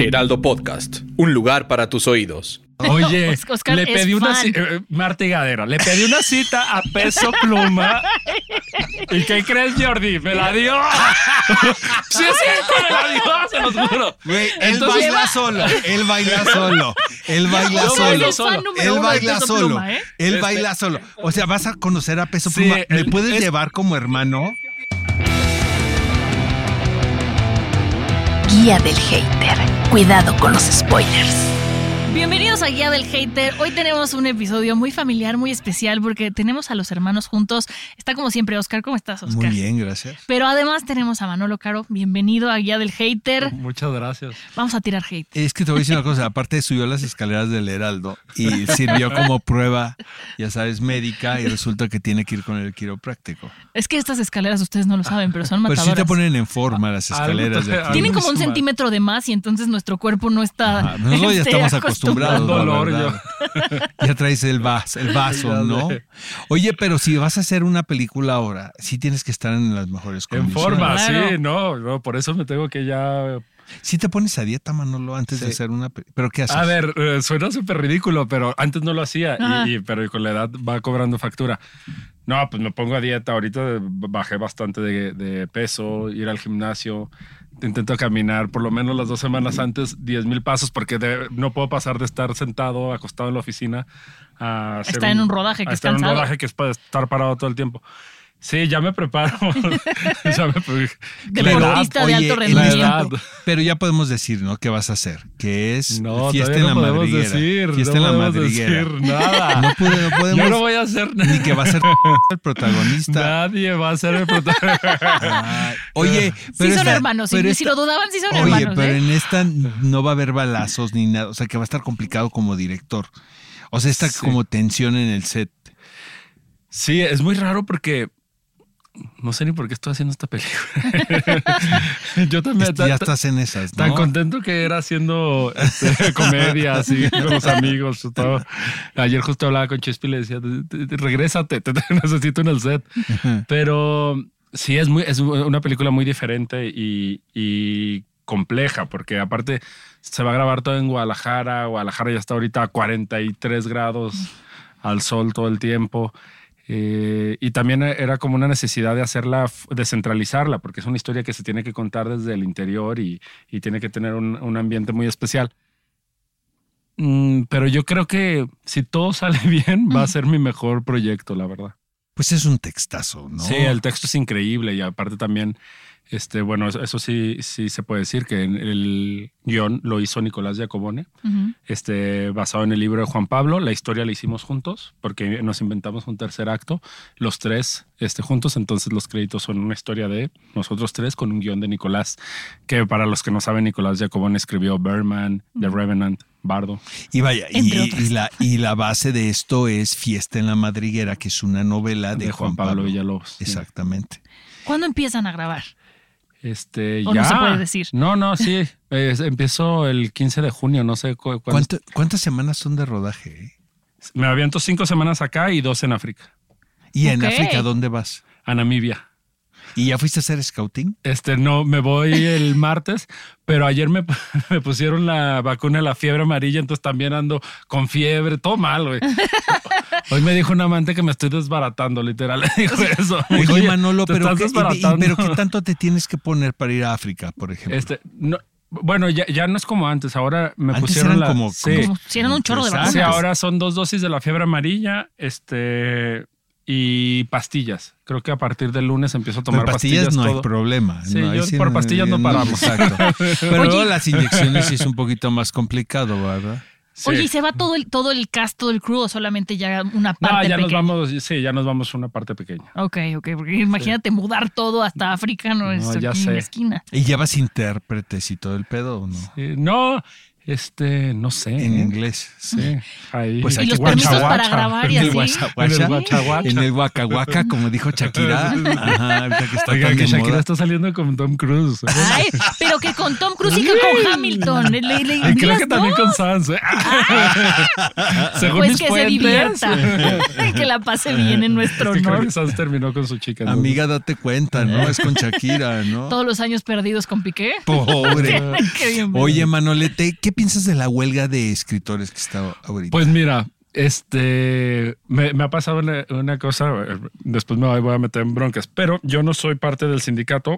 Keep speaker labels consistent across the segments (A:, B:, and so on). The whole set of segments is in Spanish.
A: Heraldo Podcast, un lugar para tus oídos.
B: Oye,
C: Oscar
B: le
C: es
B: pedí una
C: fan.
B: cita, le pedí una cita a peso pluma. ¿Y qué crees, Jordi? Me la dio. sí, es cierto, me la dio, se los juro.
D: Güey, él
B: Entonces-
D: baila solo, él baila solo, él baila
B: Yo
D: solo.
B: bailo
C: Es fan número
D: Él
C: uno de
D: baila
C: Peso
D: solo.
C: Pluma, ¿eh?
D: Él
B: Este-
D: baila solo. O sea, vas a conocer a Peso
B: Sí,
D: Pluma. ¿Me
B: el-
D: puedes
B: es-
D: llevar como hermano?
E: Guía del hater. Cuidado con los spoilers.
C: Bienvenidos a Guía del Hater. Hoy tenemos un episodio muy familiar, muy especial, porque tenemos a los hermanos juntos. Está como siempre, Oscar. ¿Cómo estás, Oscar?
D: Muy bien, gracias.
C: Pero además tenemos a Manolo Caro. Bienvenido a Guía del Hater.
B: Muchas gracias.
C: Vamos a tirar hate.
D: Es que te voy a decir una cosa, aparte subió las escaleras del Heraldo y sirvió como prueba, ya sabes, médica y resulta que tiene que ir con el quiropráctico.
C: Es que estas escaleras ustedes no lo saben, pero son
D: Pero sí
C: matadoras.
D: te ponen en forma las
B: Algo
D: escaleras de
B: te-
D: aquí.
C: Tienen como un
B: Suma.
C: centímetro de más y entonces nuestro cuerpo no está.
D: Ah, Nosotros ya
C: este,
D: estamos acostumbrados. la
B: Dolor,
D: verdad. Ya traes el vaso, el vaso, ¿no? Oye, pero si vas a hacer una película ahora, sí tienes que estar en las mejores
B: En
D: condiciones.
B: forma,
C: Claro.
B: sí, no, no, por eso me tengo que ya...
D: Sí te pones a dieta, Manolo, antes de
B: Sí.
D: hacer una... pe- ¿Pero qué haces?
B: A ver, eh, suena súper ridículo, pero antes no lo hacía,
C: Ajá.
B: y, y- pero con la edad va cobrando factura. No, pues me pongo a dieta, ahorita bajé bastante de, de peso, ir al gimnasio, intento caminar por lo menos las dos semanas antes 10 mil pasos, porque de- no puedo pasar de estar sentado, acostado en la oficina, a hacer
C: Estar en un rodaje que
B: a
C: es
B: estar en un
C: cansado.
B: rodaje que es para estar parado todo el tiempo. Sí, ya me preparo. ya me pre-
C: Deportista de alto
D: en este-
C: rendimiento.
D: Pero ya podemos decir, ¿no? ¿Qué vas a hacer? Que es
B: No,
D: fiesta en
B: todavía
D: la
B: no podemos
D: madriguera.
B: decir.
D: fiesta
B: no
D: en la
B: podemos
D: madriguera.
B: decir nada.
D: No, pude- no podemos...
B: Yo no voy a hacer nada.
D: Ni que va a ser el protagonista.
B: Nadie va a ser el protagonista.
D: Ay, Oye, pero
C: Sí son
D: esta-
C: hermanos.
D: pero
C: Si,
D: esta-
C: si lo dudaban, sí son
D: Oye,
C: hermanos.
D: pero
C: ¿eh?
D: en esta no va a haber balazos ni nada. O sea, que va a estar complicado como director. O sea, está
B: Sí.
D: como tensión en el set.
B: Sí, es muy raro porque no sé ni por qué estoy haciendo esta película. Yo también
D: este, ya
B: tan-
D: estás en esas,
B: tan
D: ¿no?
B: contento que era haciendo este, comedia así con los amigos. Todo. Ayer justo hablaba con Chespi y le decía, regrésate, te, te necesito en el set. Pero sí, es, muy, es una película muy diferente y, y compleja, porque aparte se va a grabar todo en Guadalajara. Guadalajara ya está ahorita a 43 grados al sol todo el tiempo. Eh, y también era como una necesidad de hacerla, f- descentralizarla, porque es una historia que se tiene que contar desde el interior y, y tiene que tener un, un ambiente muy especial. Mm, pero yo creo que si todo sale bien, va a ser mi mejor proyecto, la verdad.
D: Pues es un textazo, ¿no?
B: Sí, el texto es increíble y aparte también, este, bueno, eso, eso sí, sí se puede decir que en el guión lo hizo Nicolás Giacobone,
C: Ujú.
B: este, basado en el libro de Juan Pablo. La historia la hicimos juntos porque nos inventamos un tercer acto, los tres este, juntos. Entonces los créditos son una historia de nosotros tres con un guión de Nicolás, que para los que no saben, Nicolás Giacobone escribió Birdman,
C: Mm.
B: The Revenant, Bardo.
D: Y vaya, y,
C: Entre otras
D: y la, y la base de esto es Fiesta en la Madriguera, que es una novela de, Juan Pablo,
B: Villalobos. Sí.
D: Exactamente.
C: ¿Cuándo empiezan a grabar?
B: Este,
C: ¿O
B: ya.
C: no se puede decir?
B: No, no, sí. Es- empiezo el 15 de junio, no sé cu- cuándo.
D: ¿Cuánto- ¿Cuántas semanas son de rodaje? eh?
B: Me aviento cinco semanas acá y dos en África,
D: ¿Y en
C: Ok.
D: África dónde vas?
B: a Namibia.
D: ¿Y ya fuiste a hacer scouting?
B: Este, no, me voy el martes, pero ayer me, me pusieron la vacuna de la fiebre amarilla, entonces también ando con fiebre, todo mal, güey. Hoy me dijo un amante que me estoy desbaratando, literal, le dijo eso. Me
D: Oye,
B: dijo,
D: Manolo,
B: te
D: pero
B: estás
D: ¿qué, y- y-
B: desbaratando.
D: pero ¿qué tanto te tienes que poner para ir a África, por ejemplo?
B: Este, no, bueno, ya, ya no es como antes, ahora me
D: Antes
B: pusieron
D: eran
B: la...
D: como-
B: sí.
C: Como si eran un chorro de
D: Interesante.
C: vacunas.
B: Sí, ahora son dos dosis de la fiebre amarilla, este y pastillas. Creo que a partir del lunes empiezo a tomar
D: Pero
B: pastillas.
D: no hay
B: todo.
D: problema.
B: Sí,
D: no, ahí
B: yo por pastillas no paramos.
D: Exacto. Pero
C: Oye.
D: luego las inyecciones sí es un poquito más complicado, ¿verdad?
B: Sí.
C: Oye, ¿y se va todo el, todo el cast, todo el crew o solamente ya una
B: No,
C: parte
B: ya nos
C: pequeña?
B: vamos, sí, ya nos vamos a una parte pequeña.
C: Ok, ok, porque imagínate mudar todo hasta África, no, es
B: No, ya
C: aquí en
B: sé.
C: la esquina.
D: ¿Y llevas intérpretes y todo el pedo o no?
B: Sí, Eh, no, este, no sé.
D: En
B: ¿eh?
D: inglés. Sí.
B: Sí, ahí.
D: Pues
C: Y
D: hay
C: los
D: que
C: permisos
D: guacha,
C: para
D: guacha.
C: grabar y
D: En el
C: así.
D: guacha,
B: En el
D: guacha.
B: guacha, guacha.
D: En el guaca, guaca, como dijo Shakira. Ajá, ahorita que está
B: Oigan,
D: tan
B: que
D: de
B: Shakira
D: moda.
B: está saliendo con Tom Cruise. ¿eh?
C: Ay, pero que con Tom Cruise y que con Hamilton. Le, le,
B: Y creo
C: dilas
B: que también
C: dos.
B: con Sans. ¿eh? Según
C: Pues
B: mis
C: que se
B: fuentes,
C: divierta. que la pase bien en nuestro
B: es que creo
C: honor.
B: que Sans terminó con su chica. ¿no?
D: Amiga, date cuenta, ¿no? Es con Shakira, ¿no?
C: Todos los años perdidos con Piqué.
D: Pobre.
C: Qué bien.
D: Oye, Manolete, ¿qué piensas de la huelga de escritores que está ahorita?
B: Pues mira, este me, me ha pasado una, una cosa, eh, después me voy a meter en broncas, pero yo no soy parte del sindicato,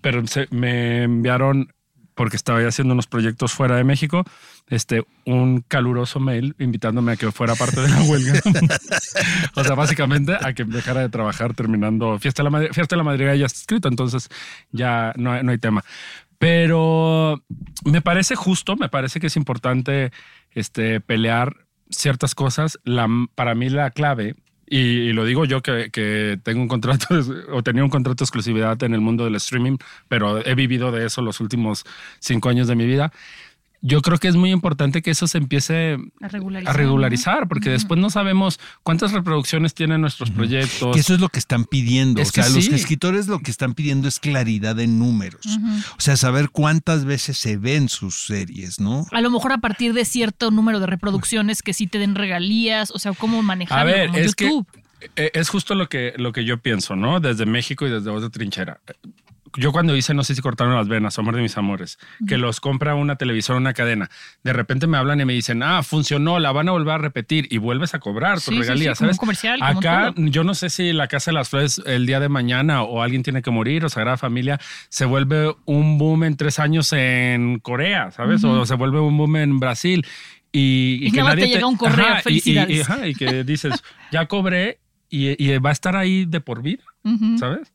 B: pero se- me enviaron porque estaba ya haciendo unos proyectos fuera de México, este, un caluroso mail invitándome a que fuera parte de la huelga. o sea, básicamente a que dejara de trabajar terminando Fiesta de la, Madri- Fiesta de la Madrigada ya está escrito, entonces ya no, hay- no hay tema. Pero me parece justo, me parece que es importante este, pelear ciertas cosas. La, para mí la clave, y, y lo digo yo que, que tengo un contrato o tenía un contrato de exclusividad en el mundo del streaming, pero he vivido de eso los últimos cinco años de mi vida. Yo creo que es muy importante que eso se empiece
C: A
B: a
C: regularizar.
B: regularizar, porque después no sabemos cuántas reproducciones tienen nuestros proyectos.
D: Que eso es lo que están pidiendo.
B: Es
D: o sea,
B: que
D: los
B: sí.
D: escritores lo que están pidiendo es claridad en números. O sea, saber cuántas veces se ven sus series, ¿no?
C: A lo mejor a partir de cierto número de reproducciones que sí te den regalías, o sea, cómo manejarlo
B: A ver,
C: como
B: es
C: YouTube.
B: que eh, es justo lo que, lo que yo pienso, ¿no? Desde México y desde otra trinchera. Yo cuando hice, no sé si cortaron las venas, Amor de mis amores, que los compra una televisora, una cadena, de repente me hablan y me dicen, ah, funcionó, la van a volver a repetir y vuelves a cobrar
C: Sí,
B: tu
C: sí,
B: regalía,
C: sí, como
B: ¿sabes?
C: un comercial, como
B: Acá
C: todo.
B: yo no sé si la Casa de las Flores el día de mañana o alguien tiene que morir o Sagrada Familia se vuelve un boom en tres años en Corea, ¿sabes? O se vuelve un boom en Brasil. Y,
C: Y
B: que
C: nada más
B: nadie
C: te llega un correo,
B: Ajá, y- y- y-
C: felicidades.
B: ajá, y que dices, ya cobré y, y va a estar ahí de por vida,
C: Ujú.
B: ¿sabes?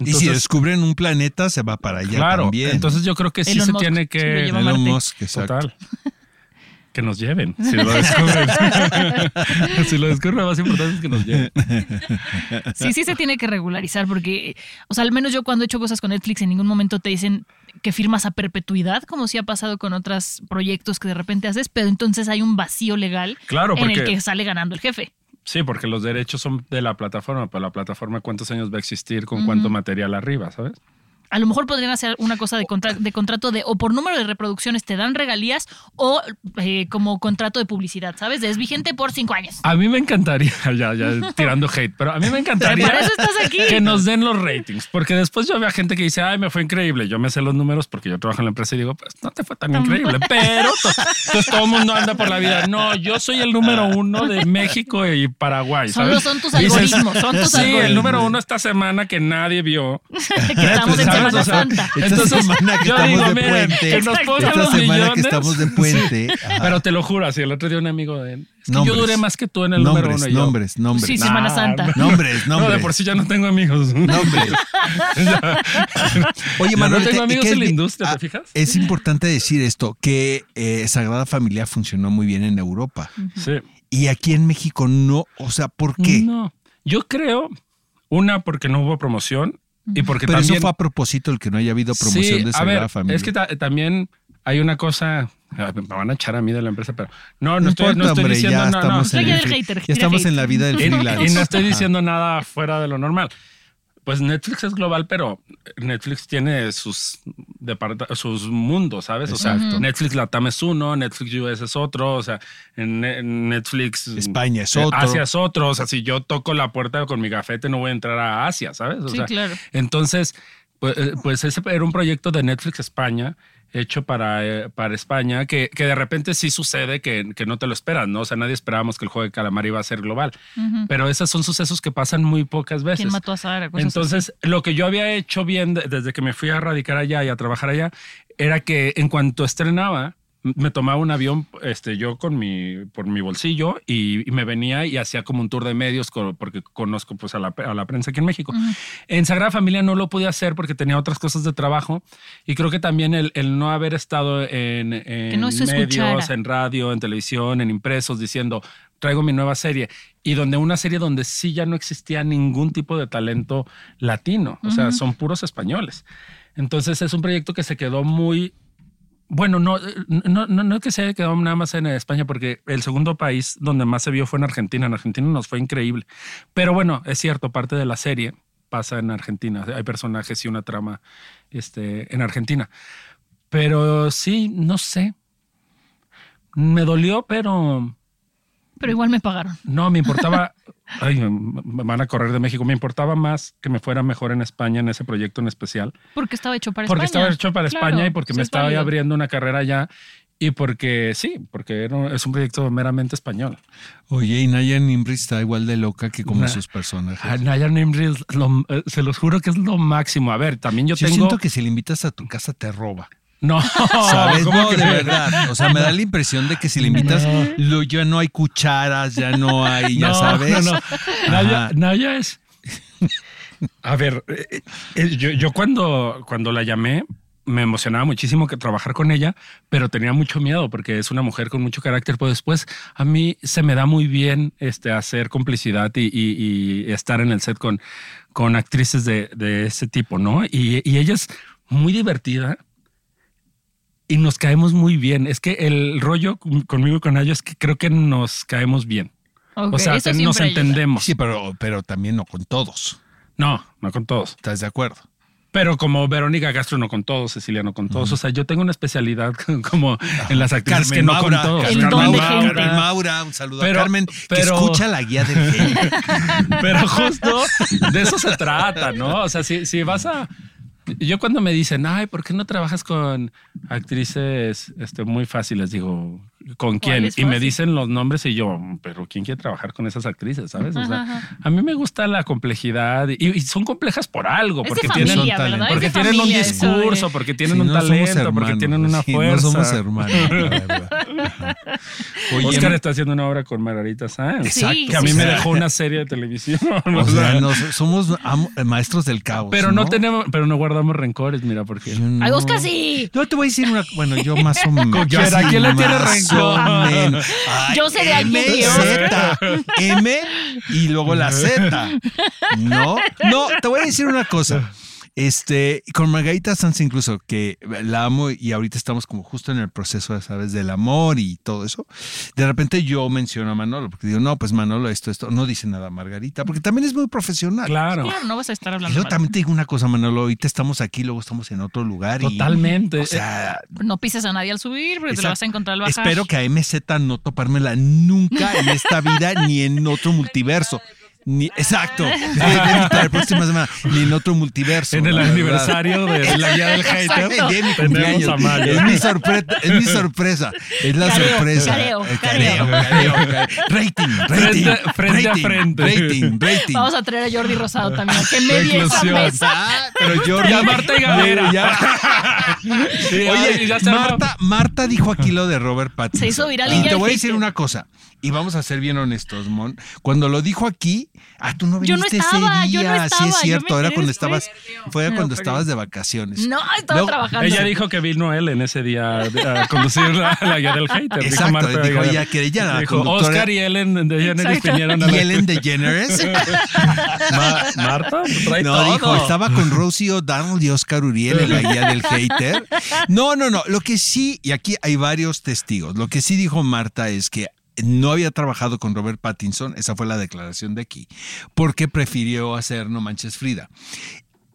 D: y si descubren un planeta, se va para allá
B: claro,
D: también.
B: entonces yo creo que sí
C: Elon
B: se
C: Musk,
B: tiene
C: sí, lo
B: que...
C: lleva a
D: Elon
C: Marte.
D: Musk, exacto.
B: Total. Que nos lleven, si lo descubren. si lo descubren, lo más importante es que nos lleven.
C: Sí, sí se tiene que regularizar porque, o sea, al menos yo cuando he hecho cosas con Netflix en ningún momento te dicen que firmas a perpetuidad, como si ha pasado con otros proyectos que de repente haces, pero entonces hay un vacío legal
B: Claro,
C: en el
B: porque-
C: que sale ganando el jefe.
B: Sí, porque los derechos son de la plataforma, pero la plataforma cuántos años va a existir, con cuánto material arriba, ¿sabes?
C: A lo mejor podrían hacer una cosa de, contra- de contrato de o por número de reproducciones te dan regalías o eh, como contrato de publicidad, ¿sabes? Es vigente por cinco años.
B: A mí me encantaría, ya, ya tirando hate, pero a mí me encantaría
C: Para eso estás aquí.
B: que nos den los ratings, porque después yo veo gente que dice, ay, me fue increíble, yo me sé los números porque yo trabajo en la empresa y digo, pues no te fue tan increíble, pero to- entonces todo el mundo anda por la vida, no, yo soy el número uno de México y Paraguay,
C: Son
B: ¿sabes?
C: los- son tus
B: Dices,
C: algoritmos, son tus
B: sí, el
C: algoritmos".
B: número uno esta semana que nadie vio.
C: que estamos en
B: ¿Sabes?
C: Semana
B: O sea,
C: Santa.
D: Esta
B: Entonces,
D: semana que
B: yo
D: estamos
B: digo,
D: de
B: miren,
D: puente.
B: que nos pongan
D: Esta
B: los
D: semana que
B: millones.
D: estamos de puente. Ah, ajá.
B: Pero te lo juro, así el otro día un amigo de él. Es que yo
D: Nombres.
B: duré más que tú en el número
D: nombres,
B: uno. y yo,
D: nombres, nombres.
C: Sí, Semana Santa.
D: Nombres,
B: No, de
D: nombres.
B: por sí ya no tengo amigos.
D: Nombres. Oye,
B: Ya
D: Manolete,
B: no tengo
D: ¿y
B: amigos
D: qué es
B: en la
D: bi-
B: industria,
D: ah,
B: ¿te fijas?
D: Es importante decir esto, que eh, Sagrada Familia funcionó muy bien en Europa.
B: Sí.
D: Y aquí en México no, o sea, ¿por qué?
B: No. Yo creo, una, porque no hubo promoción y porque
D: Pero
B: también.
D: eso fue a propósito el que no haya habido promoción
B: Sí,
D: de
B: a
D: Sagrada
B: ver,
D: Familia.
B: Es que ta- también hay una cosa. ah, Me van a echar a mí de la empresa, pero no, no, estoy, no
D: importa,
B: estoy
D: hombre,
B: diciendo no,
D: ya
B: no.
D: estamos,
C: Soy
D: en,
C: ya
D: el
C: del
D: free-
C: hater,
D: ya
C: del
D: estamos
C: hater.
D: en la vida del
B: Y,
D: freelance.
B: y no estoy
D: Ajá.
B: diciendo nada fuera de lo normal. Pues Netflix es global, pero Netflix tiene sus, departa- sus mundos, ¿sabes? O sea,
D: Exacto.
B: Netflix Latam es uno, Netflix US es otro, o sea, en- en Netflix
D: España es
B: eh,
D: otro.
B: Asia es otro, o sea, si yo toco la puerta con mi gafete no voy a entrar a Asia, ¿sabes? O
C: Sí,
B: sea,
C: claro.
B: Entonces, pues, eh, pues ese era un proyecto de Netflix España hecho para, eh, para España, que, que de repente sí sucede que, que no te lo esperas, ¿no? O sea, nadie esperábamos que el juego de calamar iba a ser global, pero esos son sucesos que pasan muy pocas veces.
C: ¿Quién mató a Sara? Cosas
B: Entonces, lo que yo había hecho bien de- desde que me fui a radicar allá y a trabajar allá era que en cuanto estrenaba, me tomaba un avión, este, yo con mi, por mi bolsillo y, y me venía y hacía como un tour de medios co- porque conozco pues a la, a la prensa aquí en México. En Sagrada Familia no lo pude hacer porque tenía otras cosas de trabajo y creo que también el, el no haber estado en, en
C: no se
B: medios,
C: escuchara.
B: en radio, en televisión, en impresos diciendo traigo mi nueva serie y donde una serie donde sí ya no existía ningún tipo de talento latino, o sea, son puros españoles. Entonces es un proyecto que se quedó muy bueno, no, eh, no, no, no es que se haya quedado nada más en España, porque el segundo país donde más se vio fue en Argentina. En Argentina nos fue increíble. Pero bueno, es cierto, parte de la serie pasa en Argentina. Hay personajes y una trama este, en Argentina. Pero sí, no sé. Me dolió, pero
C: Pero igual me pagaron.
B: no, me importaba. Ay, me me van a correr de México. Me importaba más que me fuera mejor en España en ese proyecto en especial
C: Porque estaba hecho para
B: porque
C: España.
B: estaba hecho para
C: Claro,
B: España y porque
C: sí
B: me
C: es
B: estaba
C: válido.
B: abriendo una carrera allá y porque sí, porque era- es un proyecto meramente español.
D: Oye, y Naya Nimri está igual de loca que como
B: Nah. Ah,
D: sus personajes.
B: Naya Nimri, es lo- eh, se los juro que es lo máximo. A ver, también yo,
D: Yo
B: tengo.
D: siento que si le invitas a tu casa te roba.
B: No,
D: ¿Sabes?
B: Ah, ¿cómo
D: No,
B: que
D: de
B: no?
D: verdad. O sea, me da la impresión de que si le invitas, lo- ya no hay cucharas, ya no hay, ya
B: no,
D: sabes.
B: no, no. Naya,
D: Ajá.
B: Naya es. A ver, eh, eh, yo, yo cuando, cuando la llamé me emocionaba muchísimo que trabajar con ella, pero tenía mucho miedo porque es una mujer con mucho carácter. Pero después a mí se me da muy bien este, hacer complicidad y, y- y estar en el set con, con actrices de, de ese tipo, ¿no? Y, y ella es muy divertida y nos caemos muy bien. Es que el rollo con- conmigo y con ella es que creo que nos caemos bien.
C: Ok,
B: O sea, te-
C: eso siempre
B: nos
C: ayuda.
B: entendemos.
D: Sí, pero, pero también no con todos.
B: No, no con todos.
D: ¿Estás de acuerdo?
B: Pero como Verónica Castro no con todos, Cecilia no con todos. O sea, yo tengo una especialidad como en las actrices que no con todos.
C: El
B: Carmen
C: don de
B: Maura.
C: gente.
D: Carmen Maura, un saludo
B: Pero-
D: a Carmen, que
B: pero-
D: escucha la guía del genio.
B: Pero justo de eso se trata, ¿no? O sea, si, si vas a. Yo cuando me dicen, ay, ¿por qué no trabajas con actrices este, muy fáciles? Digo, ¿con quién?
C: es
B: Y me
C: fácil?
B: dicen los nombres y yo, pero ¿quién quiere trabajar con esas actrices? ¿Sabes? O sea,
C: Ajá, ajá.
B: a mí me gusta la complejidad y, y son complejas por algo,
C: Es de
B: porque
C: familia,
B: tienen,
D: son
C: ¿verdad?
D: talento.
C: Es
B: porque
C: de
B: tienen un
C: familia eso de-
B: discurso, porque tienen
D: Sí,
B: un
D: no somos
B: talento, porque
D: hermanos, pues
B: tienen una
D: sí,
B: fuerza.
D: No somos hermanos, la verdad. Oye,
B: Oscar está haciendo una obra con Margarita Sanz.
C: Sí,
D: exacto.
B: Que a mí
C: sí,
B: me
C: sí.
B: dejó una serie de televisión. o
D: O sea,
B: sea,
D: nos- somos am- maestros del caos.
B: pero no, tenemos, pero no guardamos rencores, mira, porque.
D: Yo no-
C: Ay, Oscar sí.
D: Yo te voy a decir una. Bueno, yo más o menos.
B: quién?
D: Yo
B: ¿A quién le
D: sí,
B: tiene
D: más
B: rencor?
D: o menos. Ay,
C: Yo sé de alguien
D: M,
C: que yo-
D: Z, M y luego la Z. No, no, te voy a decir una cosa. Este, con Margarita Sanz incluso, que la amo y ahorita estamos como justo en el proceso, ya sabes, del amor y todo eso. De repente yo menciono a Manolo, porque digo, no, pues Manolo, esto, esto, no dice nada Margarita, porque también es muy profesional.
B: Claro.
C: Claro, no vas a estar
D: Y
C: hablando.
D: yo
C: mal.
D: también te digo una cosa, Manolo, ahorita estamos aquí, luego estamos en otro lugar. y-
B: Totalmente.
D: o sea,
C: No pises a nadie al subir porque te
D: Exacto.
C: lo vas a encontrar al bajar.
D: Espero que a MZ no topármela nunca en esta vida ni en otro multiverso. Ni, exacto.
C: Ah.
D: Para la próxima semana, ni en otro multiverso.
B: en el
D: la verdad.
B: aniversario de la guía del hater.
C: Exacto.
D: De mi
B: Tenemos a
D: cumpleaños.
B: Mario.
D: Es mi, sorpre- es mi sorpresa. Es la
C: Careo,
D: sorpresa.
C: careo,
D: Eh,
C: careo.
D: careo, careo. Rating, rating.
B: Frente- frente a
D: rating,
B: frente.
D: Rating, rating.
C: Vamos a traer a Jordi Rosado también. a Que medie esa
B: Reclusión.
C: mesa.
D: Ah, pero yo
B: Y a Marta y Gabriela. Sí,
D: Oye,
B: ay, ya se armó.
D: Marta, Marta dijo aquí lo de Robert Pattinson.
C: Se hizo viral y
D: Y
C: ya
D: te voy a
C: dijiste.
D: decir una cosa, y vamos a ser bien honestos, Mon. Cuando lo dijo aquí, ah, tú no
C: Yo
D: viniste
C: no estaba,
D: ese
C: yo
D: día.
C: no
D: sí,
C: estaba,
D: es
C: yo
D: cierto.
C: me
D: Era
C: enteré
D: cuando
C: después.
D: estabas, fue
C: No,
D: cuando
C: pero-
D: estabas de vacaciones.
C: No, estaba
D: Luego-
C: trabajando.
B: Ella dijo que vino él en ese día a conducir la, la guía del hater.
D: Exacto, dijo
B: Gabriela.
D: ella que ella era la
B: Dijo,
D: conductora.
B: Oscar y Ellen de Jenner
C: Exacto.
B: vinieron a
D: Y
B: la
D: Ellen DeGeneres.
B: Ma- Marta, trae
D: No,
B: todo.
D: dijo, estaba con Rosie O'Donnell y Oscar Uriel en la guía del hater. No, no, no. Lo que sí, y aquí hay varios testigos, lo que sí dijo Marta es que no había trabajado con Robert Pattinson, esa fue la declaración de aquí, porque prefirió hacer No Manches Frida.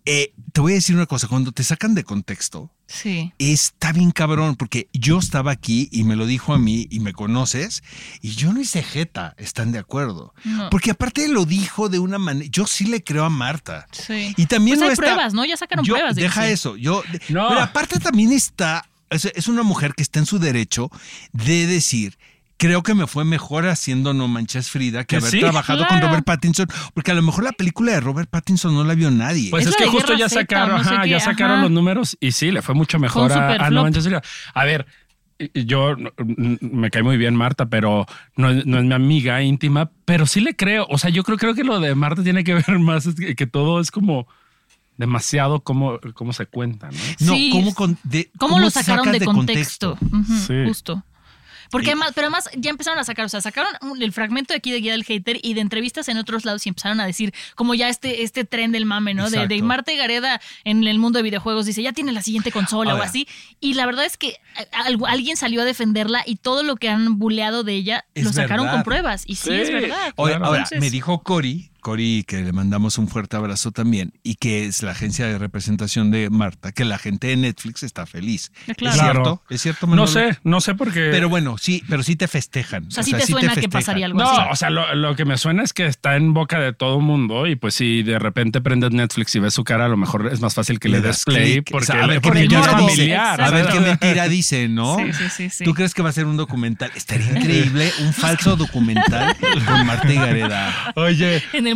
D: Eh, te voy a decir una cosa, cuando te sacan de contexto,
C: Sí.
D: está bien cabrón, porque yo estaba aquí y me lo dijo a mí y me conoces, y yo no hice jeta, están de acuerdo.
C: No.
D: Porque aparte lo dijo de una manera, yo sí le creo a Marta.
C: Sí.
D: Y también
C: Pues
D: no
C: hay
D: está-
C: pruebas, ¿no? Ya sacaron
D: Yo-
C: pruebas de que
D: Deja
C: sí.
D: eso. Yo,
B: No.
D: Pero aparte también está, es, es una mujer que está en su derecho de decir. Creo que me fue mejor haciendo No Manches Frida que
B: Que
D: haber
B: sí,
D: trabajado con
C: claro.
D: Robert Pattinson, porque a lo mejor la película de Robert Pattinson no la vio nadie.
B: Pues es,
C: Es la
B: que
C: de
B: justo
C: Guerra
B: ya
C: Z,
B: sacaron,
C: no sé
B: ajá,
C: qué,
B: ya sacaron
C: ajá.
B: los números y sí, le fue mucho
C: un
B: mejor a, a
C: superflop.
B: No Manches Frida. A ver, y- y yo n- n- me cae muy bien Marta, pero no, es- no es mi amiga íntima, pero sí le creo. O sea, yo creo, creo que lo de Marta tiene que ver más es que, que todo es como demasiado como, como se cuenta, ¿no?
D: No,
C: Sí.
D: ¿cómo, con- de-
C: ¿Cómo, lo sacaron
D: sacas
C: de contexto? Ujú,
B: Sí.
C: Justo. Porque
D: Y-
C: además, pero además ya empezaron a sacar, o sea, sacaron un- el fragmento de aquí de Guía del Hater y de entrevistas en otros lados y empezaron a decir como ya este, este tren del mame, ¿no? De, de
D: Exacto.
C: Marta y Gareda en el mundo de videojuegos dice, ya tiene la siguiente consola o
D: Ahora.
C: así. Y la verdad es que a- algu- alguien salió a defenderla y todo lo que han buleado de ella
D: Es
C: lo sacaron
D: verdad.
C: con pruebas. Y sí,
B: Sí.
C: es verdad.
D: Oye,
B: Claro.
D: ahora,
C: Entonces-
D: me dijo Cori, Cori, que le mandamos un fuerte abrazo también, y que es la agencia de representación de Marta, que la gente de Netflix está feliz.
C: Ah,
D: ¿Es
C: claro.
D: cierto? ¿Es cierto, Manolo?
B: No sé, eh, no sé porque...
D: Pero bueno, sí, pero sí te festejan.
C: O sea, sí te suena que pasaría algo
B: No,
C: así.
B: o sea, lo, lo que me suena es que está en boca de todo mundo y pues si de repente prendes Netflix y ves su cara, a lo mejor es más fácil que le, des play
D: clic,
B: porque,
D: o sea, a ver qué
B: porque ya es
D: mentira dice.
B: familiar.
D: A ver
B: ¿sabes?
D: qué mentira dice, ¿no?
C: Sí, sí, sí, sí.
D: ¿Tú crees que va a ser un documental? Estaría increíble, un falso documental con Marta y Gareda.
B: Oye,
C: En el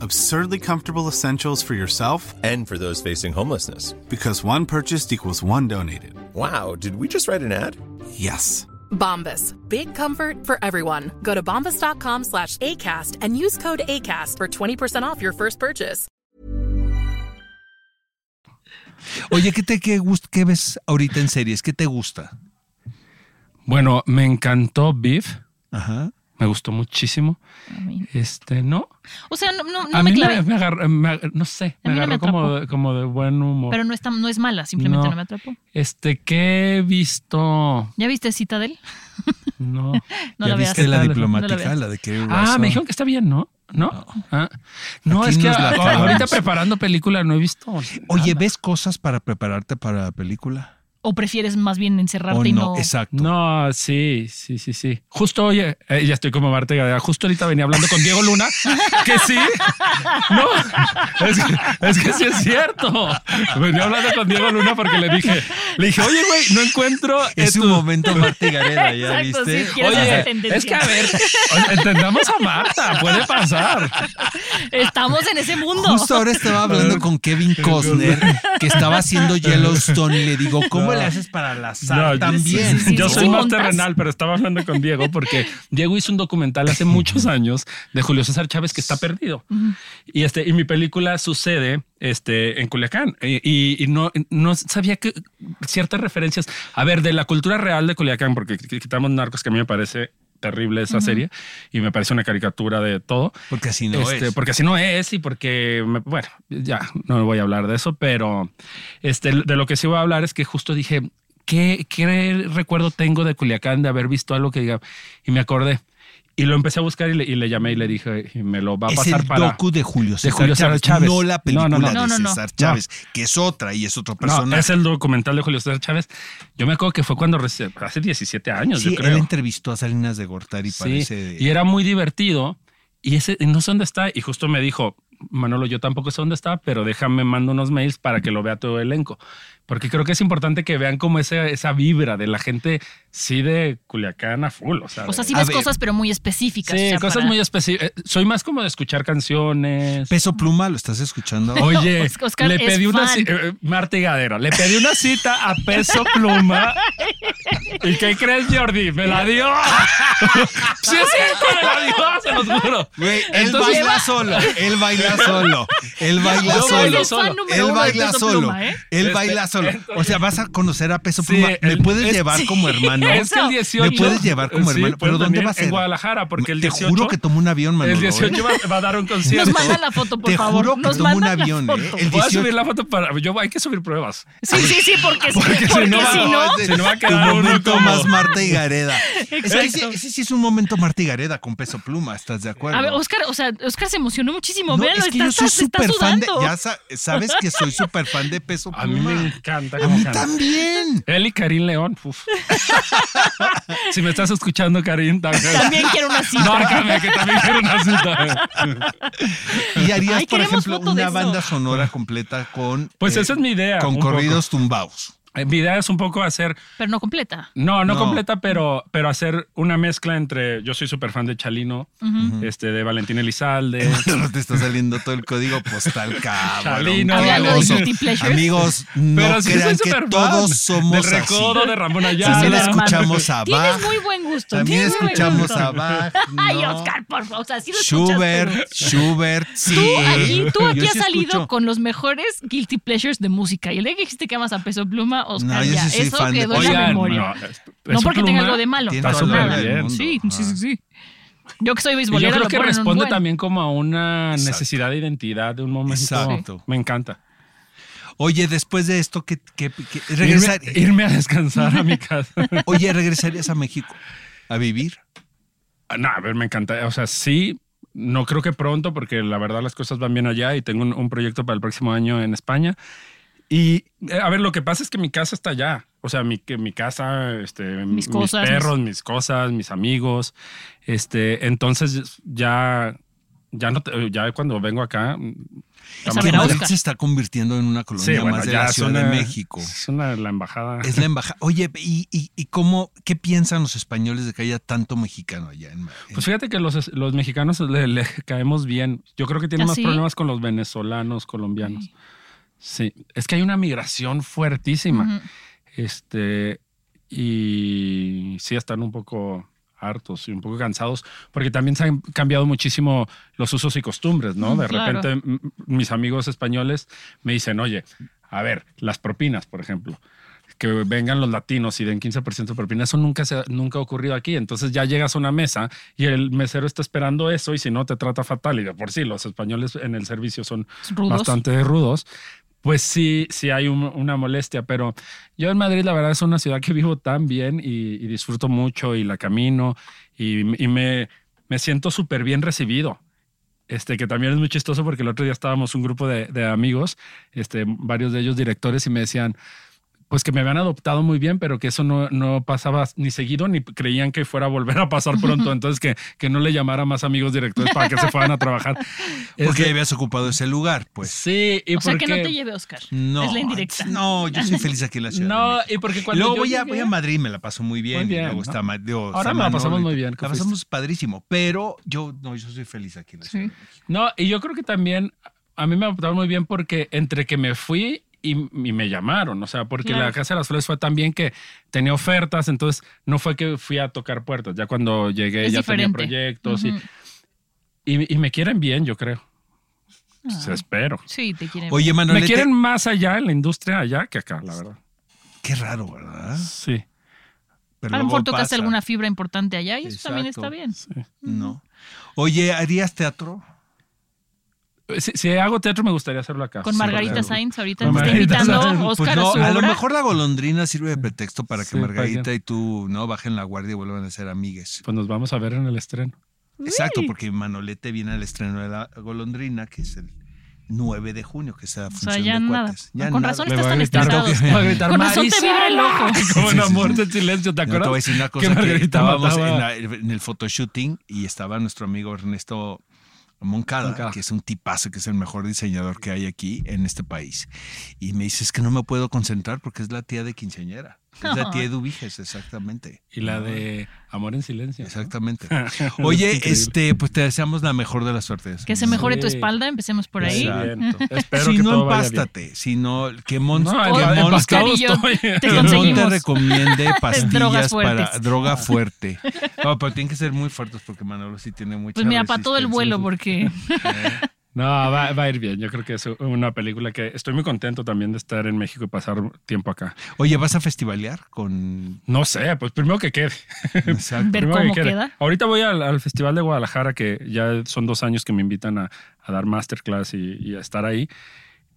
F: Absurdly comfortable essentials for yourself
G: And for those facing homelessness.
F: because one purchased equals one donated.
G: Wow, did we just write an ad?
F: Yes.
H: Bombas. Big comfort for everyone. Go to bombas.com slash ACAST and use code ACAST for 20% off your first purchase.
D: Oye, ¿qué, te, qué, gust- ¿qué ves ahorita en series? ¿Qué te gusta?
B: Bueno, me encantó Beef,
D: Ajá.
B: me gustó muchísimo.
C: A mí-
B: Este, no,
C: O sea, no, no, no
B: a
C: me
B: mí
C: clavé.
B: me, me agarró, me agar- no sé,
C: A
B: me
C: mí no me
B: agarró como,
C: atrapó.
B: de, como de buen humor.
C: Pero no, está, no es mala, simplemente no,
B: No.
C: me atrapó.
B: Este, ¿qué he visto?
C: ¿Ya viste Citadel?
B: No.
C: No
D: ¿Ya
C: la veas.
D: viste la
B: No la
D: diplomática,
C: veas.
D: la de Kerry
B: Ah,
D: Russell?
B: me dijeron que está bien, ¿no? No, Ah. no
D: Aquí
B: es que
D: nos la
B: a-
D: acabamos.
B: ahorita preparando película no he visto.
D: Oye,
B: nada.
D: ¿ves cosas para prepararte para la película?
C: ¿O prefieres más bien encerrarte
D: ¿O
C: y
D: no?
C: no?
D: Exacto.
B: No, sí, sí, sí, sí. Justo, oye, eh, ya estoy como Marta Gadea. Justo ahorita venía hablando con Diego Luna, que sí. No, es que, es que sí es cierto. Venía hablando con Diego Luna porque le dije, le dije, oye, güey, no encuentro. eh,
D: Es
B: tu-
D: un momento Marta y Gareda, ¿ya
C: Exacto,
D: viste?
C: sí, quiero hacer
B: Oye,
C: tendencia.
B: es que a ver, oye, entendamos a Marta, puede pasar.
C: Estamos en ese mundo.
D: Justo ahora estaba hablando con Kevin Costner, que estaba haciendo Yellowstone, y le digo, ¿cómo le haces para la
B: No,
D: sal
B: yo-
D: también?
C: sí, sí,
B: Yo
C: sí.
B: soy más
C: ¿Juntas?
B: terrenal, pero estaba hablando con Diego porque Diego hizo un documental hace muchos años de Julio César Chávez que está perdido. Y este, y mi película sucede este, en Culiacán. Y, y- y no, no sabía que ciertas referencias. A ver, de la cultura real de Culiacán, porque qu- quitamos narcos que a mí me parece terrible esa serie y me parece una caricatura de todo.
D: Porque así no
B: Este,
D: es.
B: Porque así no es y porque, me- bueno, ya no voy a hablar de eso, pero este, de lo que sí voy a hablar es que justo dije, ¿qué, qué recuerdo tengo de Culiacán de haber visto algo que diga? Y me acordé. Y lo empecé a buscar y le, y le llamé y le dije, y me lo va a
D: es
B: pasar
D: el
B: para...
D: docu de Julio César,
B: Julio César Chávez.
D: Chávez, no la
B: No,
D: película
B: no, no.
C: No, no,
D: de
C: no.
D: César
B: No.
D: Chávez, que es otra y es otro
B: No,
D: personaje.
B: es el documental de Julio César Chávez. Yo me acuerdo que fue cuando reci- hace 17 años,
D: sí,
B: yo creo.
D: él entrevistó a Salinas de Gortari,
B: Sí,
D: parece. de-
B: Y era muy divertido. Y ese, no sé dónde está. Y justo me dijo, Manolo, yo tampoco sé dónde está, pero déjame, mando unos mails para que lo vea todo el elenco. Porque creo que es importante que vean como ese, esa vibra de la gente, sí, de Culiacán a full. O sea,
C: O sea,
B: de-
C: sí
D: A
C: ves
D: ver.
C: cosas, pero muy específicas.
B: Sí,
C: o sea,
B: cosas
C: para-
B: muy específicas. Soy más como de escuchar canciones.
D: Peso Pluma, ¿lo estás escuchando?
B: Oye,
C: Oscar
B: le
C: es
B: pedí una
C: fan.
B: cita, Marta y Gadera, le pedí una cita a peso pluma. ¿Y qué crees, Jordi? Me la dio. sí, es cierto, me la dio, se los juro.
D: Güey, él
B: Entonces-
D: baila solo, él baila solo, él baila
B: Yo
C: Oscar
D: solo.
C: es fan número
D: Él
C: uno de
D: baila
C: Peso
D: solo.
C: Pluma, ¿eh?
D: Él
B: Este,
D: baila solo. O sea, vas a conocer a Peso Pluma.
B: Sí,
D: ¿Me
B: el-
D: puedes
B: es-
D: llevar como hermano?
B: Es que el
C: ¿Me
B: 18.
D: ¿Me puedes llevar como
B: Sí,
D: hermano?
B: puedo
D: ¿Pero dónde
B: también
D: va a ser?
B: En Guadalajara, porque el
D: Te
B: 18.
D: juro que tomó un avión, Manolo.
B: El
D: ¿eh?
B: 18 va, va a dar un concierto.
C: Nos manda la foto, por
D: Te
C: favor.
D: juro que
C: Nos
D: tomó un
C: mandan la
D: avión,
C: foto.
D: ¿eh? El
B: Voy a
D: 18.
B: subir la foto para. Yo, hay que subir pruebas.
C: Sí, sí, sí, porque, sí, porque,
B: no,
C: si no,
B: no, se nos va a
D: Tu
B: quedar uno
D: momento
B: como-
D: más Marta y Gareda. Es que ese,
C: Exacto.
D: ese sí es un momento Marta y Gareda con peso pluma, ¿estás de acuerdo?
C: A ver, Oscar, o sea, Oscar se emocionó muchísimo.
D: No,
C: Véanlo,
D: es que
C: está,
D: yo soy
C: está- está
D: súper fan de.
C: sudando.
D: Ya sa- sabes que soy súper fan de peso
B: A mí
D: pluma.
B: me encanta.
D: A
B: cómo
D: mí
B: canta.
D: también.
B: Él y Karim León. uf. si me estás escuchando, Karim, también.
C: También quiero una cita.
B: Márcame, que también quiero una cita.
D: Y harías,
C: Ay,
D: por
C: queremos
D: ejemplo,
C: foto de
D: una
C: eso.
D: banda sonora completa con. eh,
B: Pues esa es mi idea,
D: Con
B: un
D: corridos tumbados.
B: Eh, Mi idea es un poco hacer.
C: Pero no completa.
B: No, no,
D: No.
B: completa, pero, pero hacer una mezcla entre. Yo soy súper fan de Chalino, este, de Valentín Elizalde.
D: Eh, No te está saliendo todo el código postal, cabrón.
B: Chalino.
D: Qué
B: Hablando de
D: oso.
C: guilty pleasures.
D: Amigos, no
B: pero sí soy
D: crean que
B: súper fan
D: todos somos
B: Del
D: así.
B: recodo de Ramón Ayala.
D: También
C: se ve
D: escuchamos a Bach.
C: Tienes muy buen gusto.
D: También
C: tienes muy buen
D: escuchamos
C: gusto.
D: a Bach.
C: Ay,
D: no.
C: Oscar, por favor. O sea, sí lo escuchas,
D: Schubert,
C: pero-
D: Schubert, sí.
C: Tú aquí, tú
D: Yo
C: aquí
D: sí
C: has salido
D: escucho.
C: con los mejores guilty pleasures de música. Y el día que dijiste que amas a Peso Pluma, Oscar,
D: No, yo
C: ya.
D: sí soy
C: Eso
D: fan de
C: quedó en
D: Peso
C: la
D: Pluma.
C: memoria. No porque tenga algo de malo.
D: Tiene
C: para
B: toda la
C: nada.
B: vida del mundo.
C: Sí, sí, sí,
D: Ajá.
C: sí. Yo que soy
B: Y yo
C: beisbolera
B: creo
C: lo
B: que
C: ponen un
B: responde
C: buen.
B: también como a una
D: Exacto.
B: necesidad de identidad de un momento.
D: Exacto.
B: Me encanta.
D: Oye, después de esto, ¿qué, qué- qué-
B: Irme,
D: regresar,
B: irme a descansar a mi casa.
D: Oye, ¿regresarías a México a vivir?
B: Ah, No, a ver, me encanta. O sea, sí, no creo que pronto, porque la verdad las cosas van bien allá y tengo un, un proyecto para el próximo año en España. Y eh, a ver, lo que pasa es que mi casa está allá. O sea, mi, que mi casa, este, mis,
C: cosas,
B: perros, mis cosas, mis amigos. Este, entonces ya, ya no, te- ya cuando vengo acá.
C: Es
B: está
C: a
D: Que
C: ver,
B: más-
C: a
D: Madrid
C: Oscar.
D: se está convirtiendo en una colonia
B: Sí, bueno,
D: más de
B: ya
D: la
B: es
D: Ciudad de
B: una-
D: México.
B: Es una la embajada.
D: Es la embajada. Oye, ¿y, y, y cómo, qué piensan los españoles de que haya tanto mexicano allá en Madrid?
B: Pues fíjate que los, los mexicanos le, le caemos bien. Yo creo que tienen
C: ¿Ah,
B: más
C: sí?
B: problemas con los venezolanos, colombianos. Sí, es que hay una migración fuertísima.
C: Ujú.
B: Este, y sí están un poco hartos y un poco cansados, porque también se han cambiado muchísimo los usos y costumbres, ¿no?
C: Mm,
B: de
C: claro.
B: repente m- mis amigos españoles me dicen, oye, a ver, las propinas, por ejemplo, que vengan los latinos y den 15% de propina, eso nunca, se, ha- nunca ha ocurrido aquí. Entonces ya llegas a una mesa y el mesero está esperando eso y si no te trata fatal y de por sí los españoles en el servicio son
C: Rudos.
B: bastante rudos, pues sí, sí hay un- una molestia, pero yo en Madrid la verdad es una ciudad que vivo tan bien y, y disfruto mucho y la camino y, y me, me siento súper bien recibido. Este, que también es muy chistoso porque el otro día estábamos un grupo de, de amigos, este, varios de ellos directores y me decían, pues que me habían adoptado muy bien, pero que eso no, no pasaba ni seguido, ni creían que fuera a volver a pasar pronto. Entonces, que, que no le llamara más amigos directores para que se fueran a trabajar.
D: Porque
B: Este,
D: ya habías ocupado ese lugar, pues.
B: Sí, y
C: O sea, que no
B: porque-
C: te lleve Oscar.
D: No.
C: Es la indirecta.
D: No, yo soy feliz aquí en la ciudad. de
B: No,
D: México.
B: y porque
D: Y
B: cuando
D: luego
B: yo
D: voy a,
B: llegué-
D: voy a Madrid, me la paso muy bien.
B: Muy bien,
D: y luego
B: ¿no?
D: está Ma- digo,
B: Ahora
D: está
B: me la
D: Manolo
B: pasamos
D: y
B: muy
D: todo.
B: bien,
D: La
B: ¿qué
D: pasamos padrísimo, pero yo no, yo soy feliz aquí en la ciudad.
B: No, y yo creo que también a mí me adaptaron muy bien porque entre que me fui y, y me llamaron, o sea, porque
C: Claro.
B: la Casa de las Flores fue tan bien que tenía ofertas, entonces no fue que fui a tocar puertas, ya cuando llegué
C: Es
B: ya
C: diferente.
B: tenía proyectos y-
C: Ujú.
B: y, y me quieren bien, yo creo. Pues,
C: Ah.
B: espero.
C: Sí, te quieren.
D: Oye, Manuel,
B: me quieren más allá en la industria allá que acá, la verdad.
D: qué raro, ¿verdad?
B: Sí.
D: Pero
C: a lo mejor
D: luego
C: tocaste
D: pasa.
C: alguna fibra importante allá y eso también
D: Exacto.
C: está bien.
D: No. Oye, ¿harías teatro?
B: Si, si hago teatro me gustaría hacerlo acá.
C: Con
B: sí,
C: Margarita
B: claro.
C: Sainz, ahorita
B: Con
C: nos está
B: Margarita
C: invitando
B: Sainz. Pues
C: Oscar
D: no,
C: a su
D: a lo
C: obra.
D: mejor la golondrina sirve de pretexto para que
B: Sí, para
D: Margarita
B: que-
D: y tú no bajen la guardia y vuelvan a ser amigues.
B: Pues nos vamos a ver en el estreno.
D: Exacto, porque Manolete viene al estreno de la golondrina, que es el 9 de junio, que es la
C: O sea,
D: función
C: ya
D: de
C: nada.
D: cuates. Ya
C: Con
D: nada.
C: razón
B: Le voy
C: estás
B: a
C: tan
B: gritar,
C: estresado.
B: le voy a gritar,
C: Con razón te vibra el ojo.
B: Como
D: Sí,
B: en
D: sí,
B: amor
D: sí.
B: del silencio, ¿te
D: Yo
B: acuerdas?
D: te voy a decir una cosa
B: que
D: que
B: Margarita
D: estábamos en,
B: mataba.
D: la- en el photoshooting y estaba nuestro amigo Ernesto Moncada,
B: Moncada.
D: que es un tipazo, que es el mejor diseñador que hay aquí en este país. Y me dice, es que no me puedo concentrar porque es la tía de quinceañera. Es la tía de Ubiges, exactamente.
B: Y la de Amor en Silencio. ¿no?
D: Exactamente.
B: Es
D: Oye,
B: increíble.
D: este, pues te deseamos la mejor de las suertes.
C: Que se mejore tu
B: Sí.
C: espalda, empecemos por ahí.
B: Exacto. Espero
D: si
B: que
D: no
B: todo vaya bien.
D: empástate, si no, que Mon-
B: No,
D: que
B: en-
C: Oscar
D: Mon-
B: empastado
C: y yo
B: estoy.
C: te
B: Que
D: Que no te
C: conseguimos.
D: recomiende pastillas
C: Drogas
D: para
C: fuertes.
D: droga fuerte. No, pero tienen que ser muy fuertes porque Manolo sí tiene mucha
C: Pues mira, para todo el
D: resistencia.
C: vuelo, porque
B: No, va, va a ir bien. Yo creo que es una película que estoy muy contento también de estar en México y pasar tiempo acá.
D: Oye, ¿vas a festivalear con...?
B: No sé, pues primero que quede.
D: Exacto.
C: Ver
B: Primero
C: cómo
B: que quede.
C: queda.
B: Ahorita voy al, al Festival de Guadalajara, que ya son dos años que me invitan a, a dar masterclass y, y a estar ahí.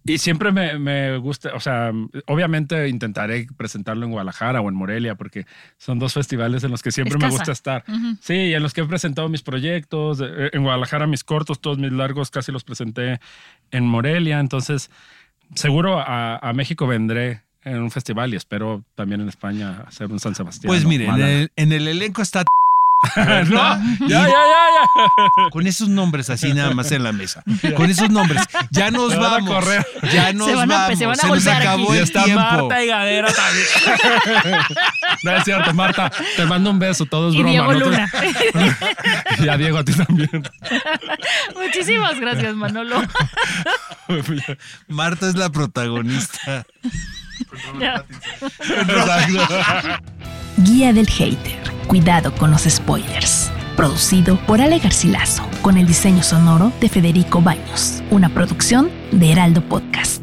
B: Y siempre me, me gusta, o sea, obviamente intentaré presentarlo en Guadalajara o en Morelia, porque son dos festivales en los que siempre
C: Es
B: me
C: casa.
B: gusta estar.
C: Ujú.
B: Sí, y en los que he presentado mis proyectos. eh, En Guadalajara mis cortos, todos mis largos, casi los presenté en Morelia. Entonces, seguro a, a México vendré en un festival y espero también en España hacer un San Sebastián.
D: Pues
B: o
D: miren, en
B: Málaga.
D: el, en el elenco está...
B: no, ya, ya, ya, ya.
D: Con esos nombres así nada más en la mesa. Con esos nombres. Ya nos
B: Se van a
D: vamos.
B: correr.
D: Ya nos
C: Se van a-
D: vamos.
C: se van a
D: nos
C: golpear
D: acabó
C: aquí.
D: el
C: Ya
B: Está
D: tiempo.
B: Marta y Gadera también. No es cierto, Marta. Te mando un beso. Todo es
C: Y
B: broma.
C: Diego
B: ¿no?
C: Luna.
B: Y a Diego, a ti también.
C: Muchísimas gracias, Manolo.
D: Marta es la protagonista.
C: Ya.
E: Guía del Hater. Cuidado con los spoilers. Producido por Ale Garcilaso, con el diseño sonoro de Federico Baños, una producción de Heraldo Podcast.